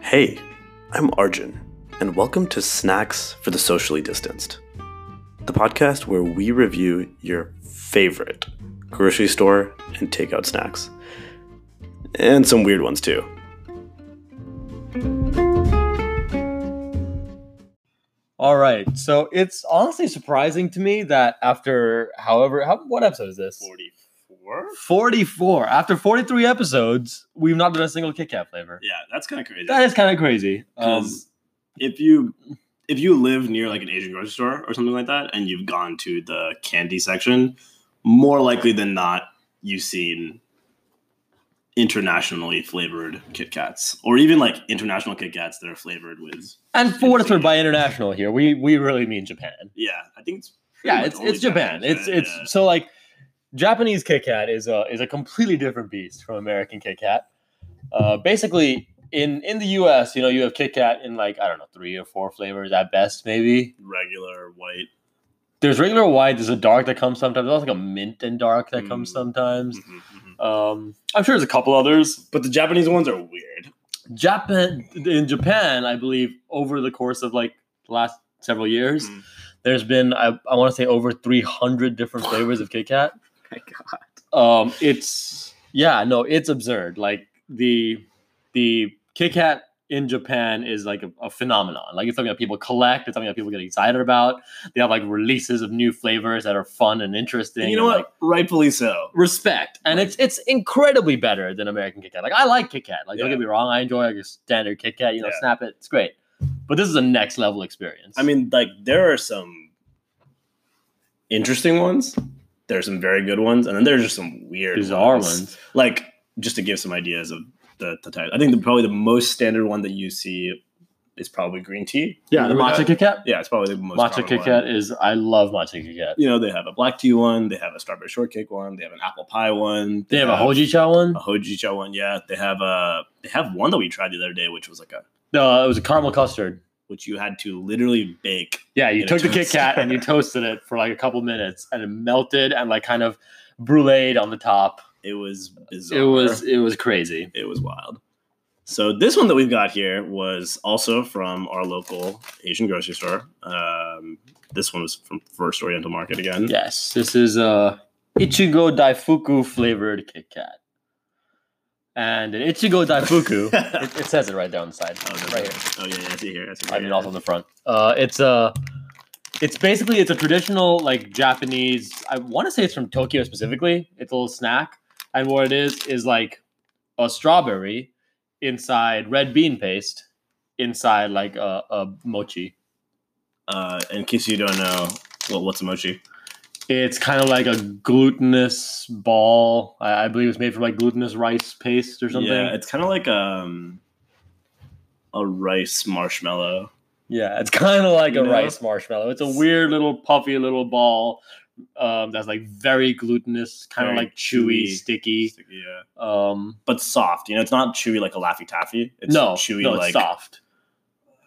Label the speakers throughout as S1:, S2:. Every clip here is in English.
S1: Hey, I'm Arjun, and welcome to Snacks for the Socially Distanced, the podcast where we review your favorite grocery store and takeout snacks, and some weird ones too.
S2: All right. So it's honestly surprising to me that after however how what episode is this?
S1: 44?
S2: 44. After 43 episodes, we've not done a single Kit Kat flavor.
S1: Yeah, that's kind of crazy.
S2: That is kind of crazy. Um,
S1: Because if you if you live near like an Asian grocery store or something like that, and you've gone to the candy section, more likely than not, you've seen internationally flavored Kit Kats, or even like international Kit Kats that are flavored with.
S2: and fourth we're by international here. We we really mean Japan.
S1: Yeah, I think it's pretty
S2: Yeah,
S1: much
S2: it's
S1: only
S2: it's Japan. It's
S1: right?
S2: it's so like Japanese Kit Kat is a is a completely different beast from American Kit Kat. Uh, basically, in in the U.S., you know, you have Kit Kat in like I don't know three or four flavors at best, maybe.
S1: Yeah, regular white.
S2: there's regular white. There's a dark that comes sometimes. There's also like a mint and dark that comes
S1: Mm.
S2: sometimes.
S1: Mhm, mhm.
S2: Um, I'm sure there's a couple others.
S1: But the Japanese ones are weird.
S2: Japan in Japan, I believe, over the course of like the last several years,
S1: Mm.
S2: there's been I, I want to say over 300 different flavors of Kit Kat.
S1: My God.
S2: Um, it's yeah, no, it's absurd. Like the the Kit Kat in Japan is like a, a phenomenon. Like it's something that people collect. It's something that people get excited about. They have like releases of new flavors that are fun and interesting.
S1: And you know
S2: and,
S1: what?
S2: like,
S1: Rightfully so.
S2: respect, and
S1: Right.
S2: it's it's incredibly better than American Kit Kat. Like I like Kit Kat. Like don't
S1: Yeah.
S2: get me wrong, I enjoy like a standard Kit Kat. You know,
S1: Yeah.
S2: snap it, it's great. But this is a next level experience.
S1: I mean, like there are some interesting ones. There are some very good ones, and then there's just some weird,
S2: bizarre ones.
S1: Like just to give some ideas of the, the type, I think the, probably the most standard one that you see is probably green tea.
S2: the
S1: Remember
S2: matcha
S1: that?
S2: Kit Kat.
S1: Yeah, it's probably the most
S2: Matcha
S1: common
S2: Kit
S1: one.
S2: Kat is I love matcha Kit Kat.
S1: You know, they have a black tea one, they have a strawberry shortcake one, they have an apple pie one.
S2: They have a hojicha one.
S1: a hojicha one. Yeah, they have a they have one that we tried the other day, which was like a
S2: No, it was a caramel custard.
S1: which you had to literally bake
S2: Yeah, you
S1: In a
S2: took the Kit
S1: toaster.
S2: Kat and you toasted it for like a couple minutes, and it melted and like kind of bruleed on the top.
S1: It was bizarre.
S2: It was it was crazy.
S1: it was wild. So this one that we've got here was also from our local Asian grocery store. Um, this one was from First Oriental Market again.
S2: Yes, this is a ichigo daifuku flavored Kit Kat, and an ichigo daifuku.
S1: oh,
S2: it, it says it right there on the side,
S1: no,
S2: right
S1: no.
S2: here.
S1: Oh yeah, yeah, I see here. I see
S2: I
S1: here.
S2: mean, also on the front. Uh, it's a. It's basically it's a traditional like Japanese. I want to say it's from Tokyo specifically. It's a little snack, and what it is is like a strawberry inside red bean paste, inside like a, a mochi.
S1: Uh, in case you don't know, well, what's a mochi?
S2: It's kind of like a glutinous ball. I, I believe it's made from like glutinous rice paste or something.
S1: Yeah, it's kind of like um, a rice marshmallow.
S2: Yeah, it's kind of like
S1: You
S2: a
S1: know?
S2: rice marshmallow. It's a weird little puffy little ball um, that's like very glutinous, kind of
S1: Very
S2: like chewy,
S1: chewy.
S2: sticky.
S1: Yeah,
S2: Um,
S1: but soft. You know, it's not chewy like a laffy taffy. It's
S2: no,
S1: chewy
S2: no, it's
S1: like
S2: soft.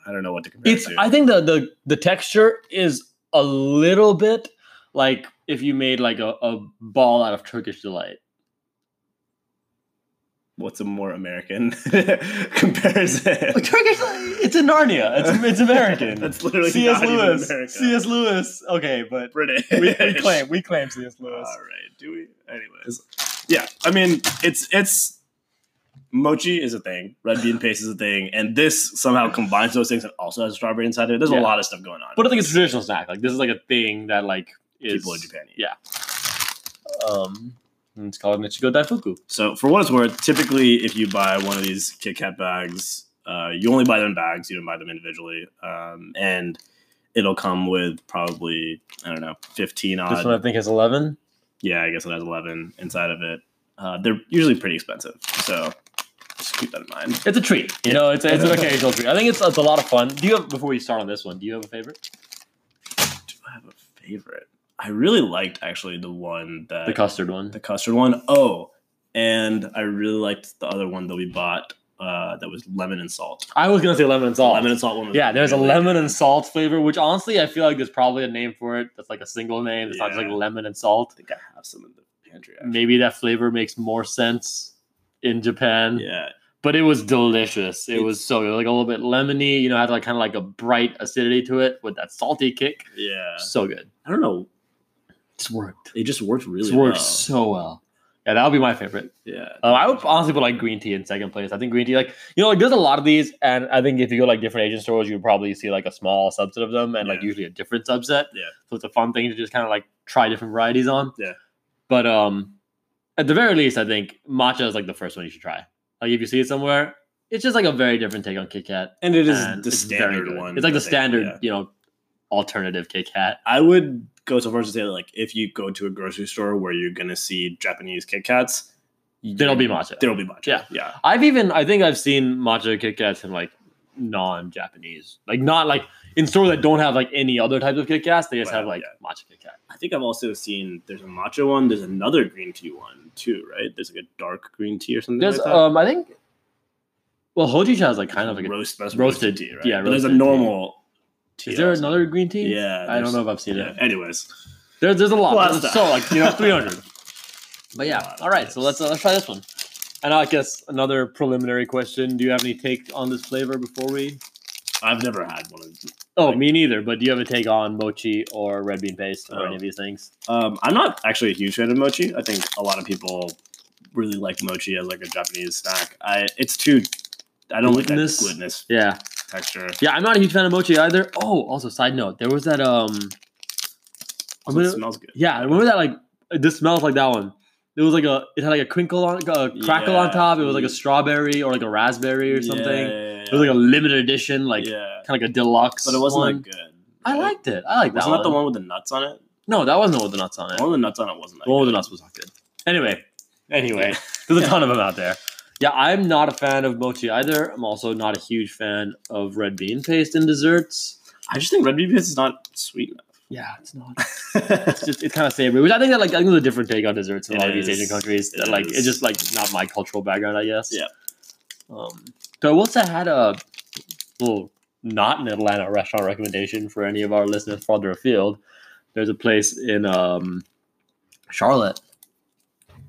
S1: I don't know what to compare.
S2: It's.
S1: it to.
S2: I think the the the texture is a little bit like if you made like a, a ball out of Turkish delight.
S1: what's a more American comparison?
S2: Like, Turkish, Delight, it's in Narnia. It's it's American.
S1: That's literally
S2: C.S.
S1: not even
S2: Lewis.
S1: America.
S2: C.S. Lewis. Okay, but
S1: British.
S2: we, we claim we claim C.S.
S1: All
S2: Lewis.
S1: right. Do we? Anyways. Yeah. I mean, it's it's mochi is a thing. Red bean paste is a thing, and this somehow combines those things and also has strawberry inside it. There's
S2: Yeah.
S1: a lot of stuff going on.
S2: But I think it's a traditional snack. Like this is like a thing that like is
S1: people in Japan eat.
S2: Yeah. Um, and it's called Nichigo Daifuku.
S1: So for what it's worth, typically if you buy one of these Kit Kat bags, uh, you only buy them in bags. You don't buy them individually, um, and it'll come with probably I don't know, fifteen odd.
S2: This one I think is eleven.
S1: yeah, I guess it has 11 inside of it. Uh, they're usually pretty expensive, so just keep that in mind.
S2: It's a treat. You know, it's it's an occasional treat. I think it's it's a lot of fun. Do you have before we start on this one? Do you have a favorite?
S1: Do I have a favorite? I really liked actually the one that
S2: The custard one.
S1: the custard one. Oh, and I really liked the other one that we bought uh, that was lemon and salt.
S2: I was gonna say lemon and
S1: The
S2: salt.
S1: lemon and salt one. Was
S2: yeah, there's a
S1: really
S2: lemon
S1: good.
S2: and salt flavor, which honestly I feel like there's probably a name for it. That's like a single name. It's not just
S1: Yeah.
S2: like lemon and
S1: I
S2: salt.
S1: think I have some in the pantry. Actually.
S2: Maybe that flavor makes more sense in Japan.
S1: Yeah,
S2: but it was delicious. It was so good. Like a little bit lemony, you know, had like kind of like a bright acidity to it with that salty kick.
S1: Yeah.
S2: So good.
S1: I don't know.
S2: It's worked.
S1: It just worked really
S2: It's worked
S1: well.
S2: so well. Yeah, that would be my favorite.
S1: yeah.
S2: Uh, I would honestly put like green tea in second place. I think green tea, like you know, like there's a lot of these, and I think if you go like different Asian stores, you would probably see like a small subset of them, and like
S1: Yeah.
S2: usually a different subset.
S1: Yeah.
S2: So it's a fun thing to just kind of like try different varieties on.
S1: Yeah.
S2: But um, at the very least, I think matcha is like the first one you should try. Like if you see it somewhere, it's just like a very different take on Kit Kat.
S1: And it is
S2: and
S1: the
S2: it's very
S1: standard
S2: good.
S1: one.
S2: It's like
S1: I
S2: the
S1: think,
S2: standard,
S1: yeah.
S2: you know, alternative Kit Kat.
S1: I would go so far as to say that, like, if you go to a grocery store where you're gonna see Japanese Kit Kats,
S2: There'll be matcha.
S1: there'll be matcha.
S2: Yeah.
S1: Yeah.
S2: I've even I think I've seen matcha Kit Kats in like non-Japanese, like not like in stores that don't have like any other types of Kit Kats. They just
S1: Right,
S2: have like
S1: yeah.
S2: matcha Kit Kat.
S1: I think I've also seen there's a matcha one. There's another green tea one too, right? There's like a dark green tea or something
S2: There's
S1: like that.
S2: um I think well hojicha is like kind of like a,
S1: roast, that's
S2: roasted-
S1: tea, right?
S2: yeah,
S1: But there's a
S2: roasted tea.
S1: normal. tea
S2: is there
S1: also.
S2: another green tea?
S1: Yeah,
S2: I
S1: there's-
S2: don't know if I've seen
S1: Yeah.
S2: it.
S1: Anyways,
S2: There's there's a lot.
S1: Lots
S2: There's
S1: of-
S2: so like you know three hundred. But
S1: A
S2: yeah,
S1: lot of
S2: all right. So
S1: types.
S2: let's uh, let's try this one. And I guess another preliminary question: Do you have any take on this flavor before we?
S1: I've never had one. of
S2: Oh,
S1: Like-
S2: me neither. But do you have a take on mochi or red bean paste or
S1: Oh.
S2: any of these things?
S1: Um, I'm not actually a huge fan of mochi. I think a lot of people really like mochi as like a Japanese snack. I it's too. I don't like that
S2: Glutinous?
S1: glutinous
S2: Yeah,
S1: texture.
S2: Yeah, I'm not a huge fan of mochi either. Oh, also side note, there was that um I
S1: So it
S2: remember-
S1: smells good.
S2: yeah, I remember that like this smells like that one. It was like a it had like a crinkle on a crackle on
S1: Yeah.
S2: top. It was like a strawberry or like a raspberry or something.
S1: Yeah,
S2: It was like a limited edition, like
S1: yeah.
S2: kind of like a deluxe.
S1: but it wasn't
S2: one.
S1: like good.
S2: I
S1: right?
S2: liked it. I liked
S1: Wasn't
S2: that.
S1: that the one with the nuts on it?
S2: No, that wasn't with the nuts on it.
S1: The one with the nuts on it wasn't. That
S2: The one with the
S1: good.
S2: nuts was not good. Anyway, anyway, there's a ton of them out there. Yeah, I'm not a fan of mochi either. I'm also not a huge fan of red bean paste in desserts.
S1: I just think red bean paste is not sweet
S2: Yeah, it's not.
S1: enough.
S2: it's just it's kind of savory, which I think that like I think there's a different take on desserts in a
S1: It
S2: lot of
S1: is.
S2: these Asian countries.
S1: It
S2: that, like
S1: is.
S2: it's just like not my cultural background, I guess.
S1: Yeah.
S2: Um, so I will say I had a little not an Atlanta restaurant recommendation for any of our listeners farther afield. There's a place in um, Charlotte.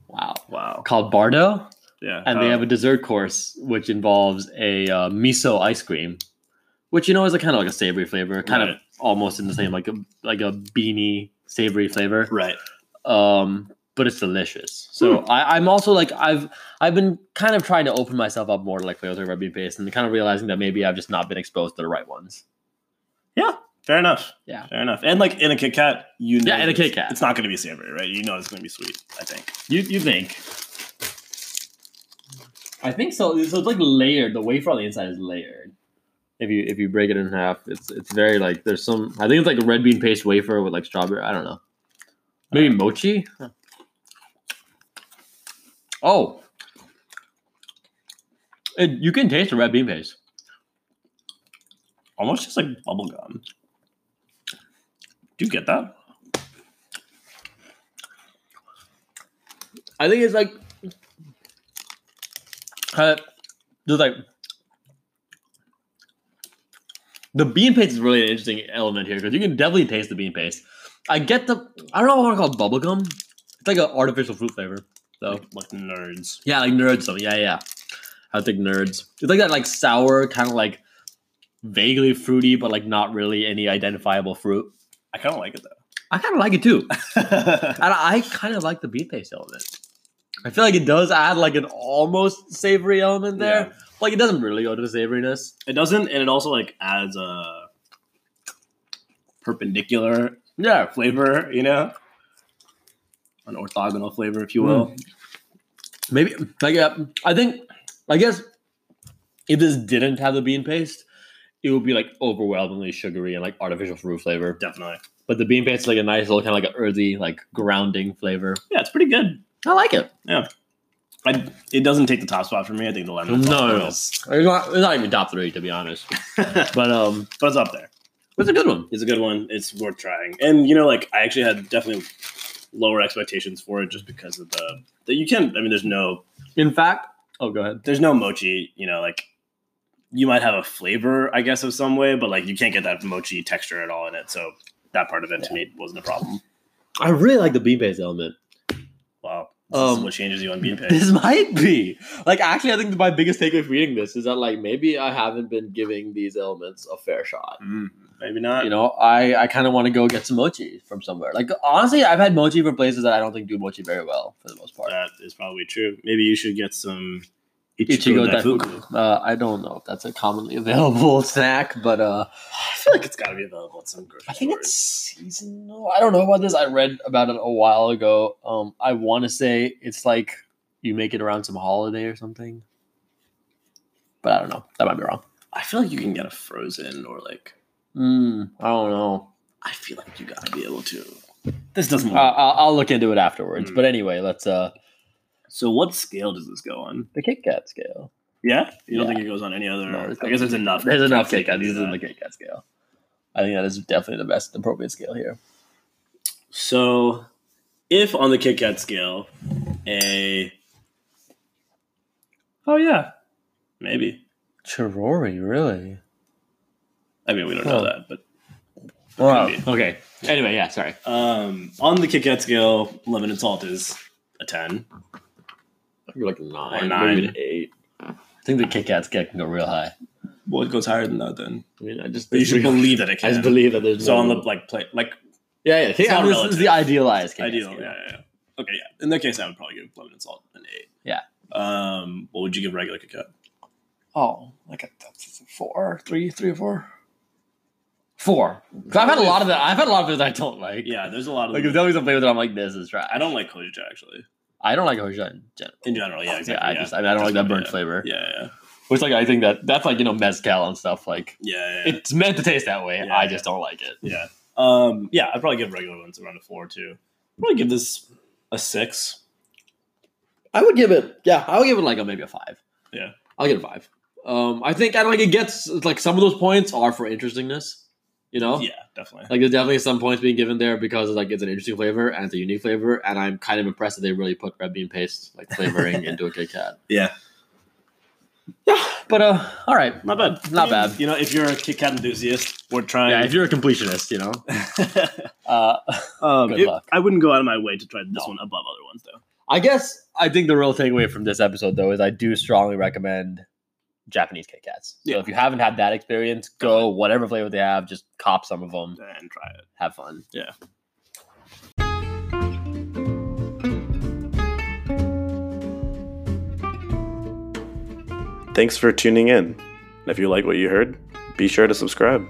S2: Wow.
S1: wow.
S2: Called Bardo,
S1: Yeah. uh,
S2: and they have a dessert course which involves a uh, miso ice cream, which you know is a kind of like a savory flavor, kind of
S1: Right.
S2: almost in the same like a like a beanie savory flavor
S1: right.
S2: um, but it's delicious. So I, I'm also like I've I've been kind of trying to open myself up more to like flavors of red bean paste, and kind of realizing that maybe I've just not been exposed to the right ones.
S1: Fair enough.
S2: Yeah.
S1: Fair enough. And like in a Kit Kat, you know
S2: Yeah, in a
S1: it's-
S2: Kit Kat.
S1: it's not going to be savory, right? You know it's going to be sweet. I think.
S2: You you think? I think so. So it's like layered. The wafer on the inside is layered. If you if you break it in half, it's it's very like there's some. I think it's like a red bean paste wafer with like strawberry. I don't know. Maybe mochi. Oh, it, you can taste the red bean paste.
S1: Almost just like bubble gum. Do you get that?
S2: I think it's like uh, there's like the bean paste is really an interesting element here because you can definitely taste the bean paste. I get the I don't know what I want to call it bubblegum. It's like an artificial fruit flavor. So
S1: Like, like nerds.
S2: yeah, like nerds. something. Yeah, yeah. I think nerds. It's like that like sour, kind of like vaguely fruity, but like not really any identifiable fruit.
S1: I kind of like it
S2: I kind of like it too.
S1: though.
S2: And I kind of like the bean paste element. I feel like it does add like an almost savory element there. Like it doesn't really go to the savoriness.
S1: It doesn't, and it also like adds a perpendicular
S2: Yeah.
S1: flavor. You know, an orthogonal flavor, if you will.
S2: Hmm. Maybe like yeah, I think I guess if this didn't have the bean paste, it would be like overwhelmingly sugary and like artificial fruit flavor.
S1: Definitely.
S2: But the bean paste is like a nice little kind of like an earthy, like grounding flavor.
S1: Yeah, it's pretty good.
S2: I like it.
S1: I, it doesn't take the top spot for me. I think the lemon.
S2: No, no,
S1: one
S2: no.
S1: is-
S2: It's not, it's not even top three to be honest.
S1: but
S2: But um
S1: it's up there.
S2: it's a good one.
S1: It's a good one. It's worth trying. And you know, like I actually had definitely lower expectations for it just because of the that you can. I mean, there's no
S2: In fact Oh go ahead.
S1: there's no mochi. You know, like you might have a flavor, I guess, of some way, but like you can't get that mochi texture at all in it. So that part of it to me wasn't a problem.
S2: I really like the bean paste element.
S1: Wow. This is
S2: Um,
S1: what changes you on being paid.
S2: This might be like actually. I think my biggest takeaway from reading this is that like maybe I haven't been giving these elements a fair shot.
S1: Mm, maybe not.
S2: You know, I I kind of want to go get some mochi from somewhere. Like honestly, I've had mochi from places that I don't think do mochi very well for the most part.
S1: that is probably true. Maybe you should get some
S2: Ichigo
S1: Daifuku.
S2: Daifuku. Uh, I don't know if that's a commonly available snack, but uh,
S1: I feel like it's got to be available at some grocery
S2: I think
S1: stores.
S2: it's seasonal. I don't know about this. I read about it a while ago. Um, I want to say it's like you make it around some holiday or something, but I don't know. That might be wrong.
S1: I feel like you can get a frozen or like.
S2: Mm, I don't know.
S1: I feel like you got to be able to. This doesn't.
S2: Uh, I'll, I'll look into it afterwards.
S1: Mm.
S2: But anyway, let's uh
S1: so what scale does this go on?
S2: the Kit Kat scale.
S1: Yeah, you don't
S2: Yeah.
S1: think it goes on any other?
S2: No, it's
S1: I guess there's enough.
S2: There's enough Kit
S1: Kat
S2: Kat.
S1: to do
S2: This is in the
S1: that.
S2: Kit Kat scale. I think that is definitely the best appropriate scale here.
S1: So, if on the Kit Kat scale, a oh yeah, maybe.
S2: Chirori, really?
S1: I mean, we don't know
S2: Huh.
S1: that, but
S2: Wow.
S1: Maybe.
S2: Okay. Anyway, yeah. Sorry.
S1: um, on the Kit Kat scale, lemon and salt is a ten.
S2: You're like nine,
S1: Or nine.
S2: maybe an eight. I think the Kit Kat scale can go real high.
S1: Well, it goes higher than that then.
S2: I mean, I just
S1: But you should believe that it
S2: I
S1: can.
S2: just believe that there's
S1: so
S2: no-
S1: on the like plate, like
S2: yeah, yeah.
S1: not
S2: this
S1: relative.
S2: is the idealized Kit Kat
S1: ideal.
S2: scale.
S1: Yeah, yeah, yeah. Okay, yeah. In that case, I would probably give lemon and salt an eight.
S2: Yeah.
S1: Um, what would you give regular Kit Kat?
S2: Oh, like a, that's a four, three, three or four. Four. 'Cause I've had a lot of that. I've had a lot of those I don't like.
S1: Yeah, there's a lot of.
S2: Like
S1: them.
S2: if there was something that I'm like, this is trash.
S1: I don't like Koja actually.
S2: I don't like hoja in general.
S1: In general, yeah, exactly.
S2: I
S1: yeah.
S2: just. I, mean, I don't like that burnt
S1: Yeah.
S2: flavor.
S1: yeah, yeah.
S2: Which like I think that that's like you know mezcal and stuff. Like
S1: Yeah, yeah,
S2: it's meant to taste that way.
S1: Yeah,
S2: I
S1: yeah.
S2: just don't like it.
S1: yeah. Um, yeah, I'd probably give regular ones around a four too. Probably give this a six.
S2: I would give it. Yeah, I would give it like a maybe a five.
S1: Yeah.
S2: I'll give it a five. Um, I think I don't like it gets like some of those points are for interestingness. You know,
S1: Yeah, definitely.
S2: like there's definitely some points being given there because like it's an interesting flavor and it's a unique flavor, and I'm kind of impressed that they really put red bean paste like flavoring into a Kit Kat.
S1: yeah,
S2: Yeah, but uh, all right.
S1: not bad.
S2: Not
S1: I mean,
S2: bad.
S1: You know, if you're a Kit Kat enthusiast, we're trying.
S2: Yeah, if you're a completionist, you know, uh,
S1: um,
S2: Good
S1: it-
S2: luck.
S1: I wouldn't go out of my way to try this
S2: No.
S1: one above other ones though.
S2: I guess I think the real takeaway from this episode though is I do strongly recommend Japanese Kit Kats. So
S1: Yeah.
S2: if you haven't had that experience, go whatever flavor they have, just cop some of them,
S1: And try it.
S2: have fun.
S1: Yeah.
S3: Thanks for tuning in. And if you like what you heard, be sure to subscribe.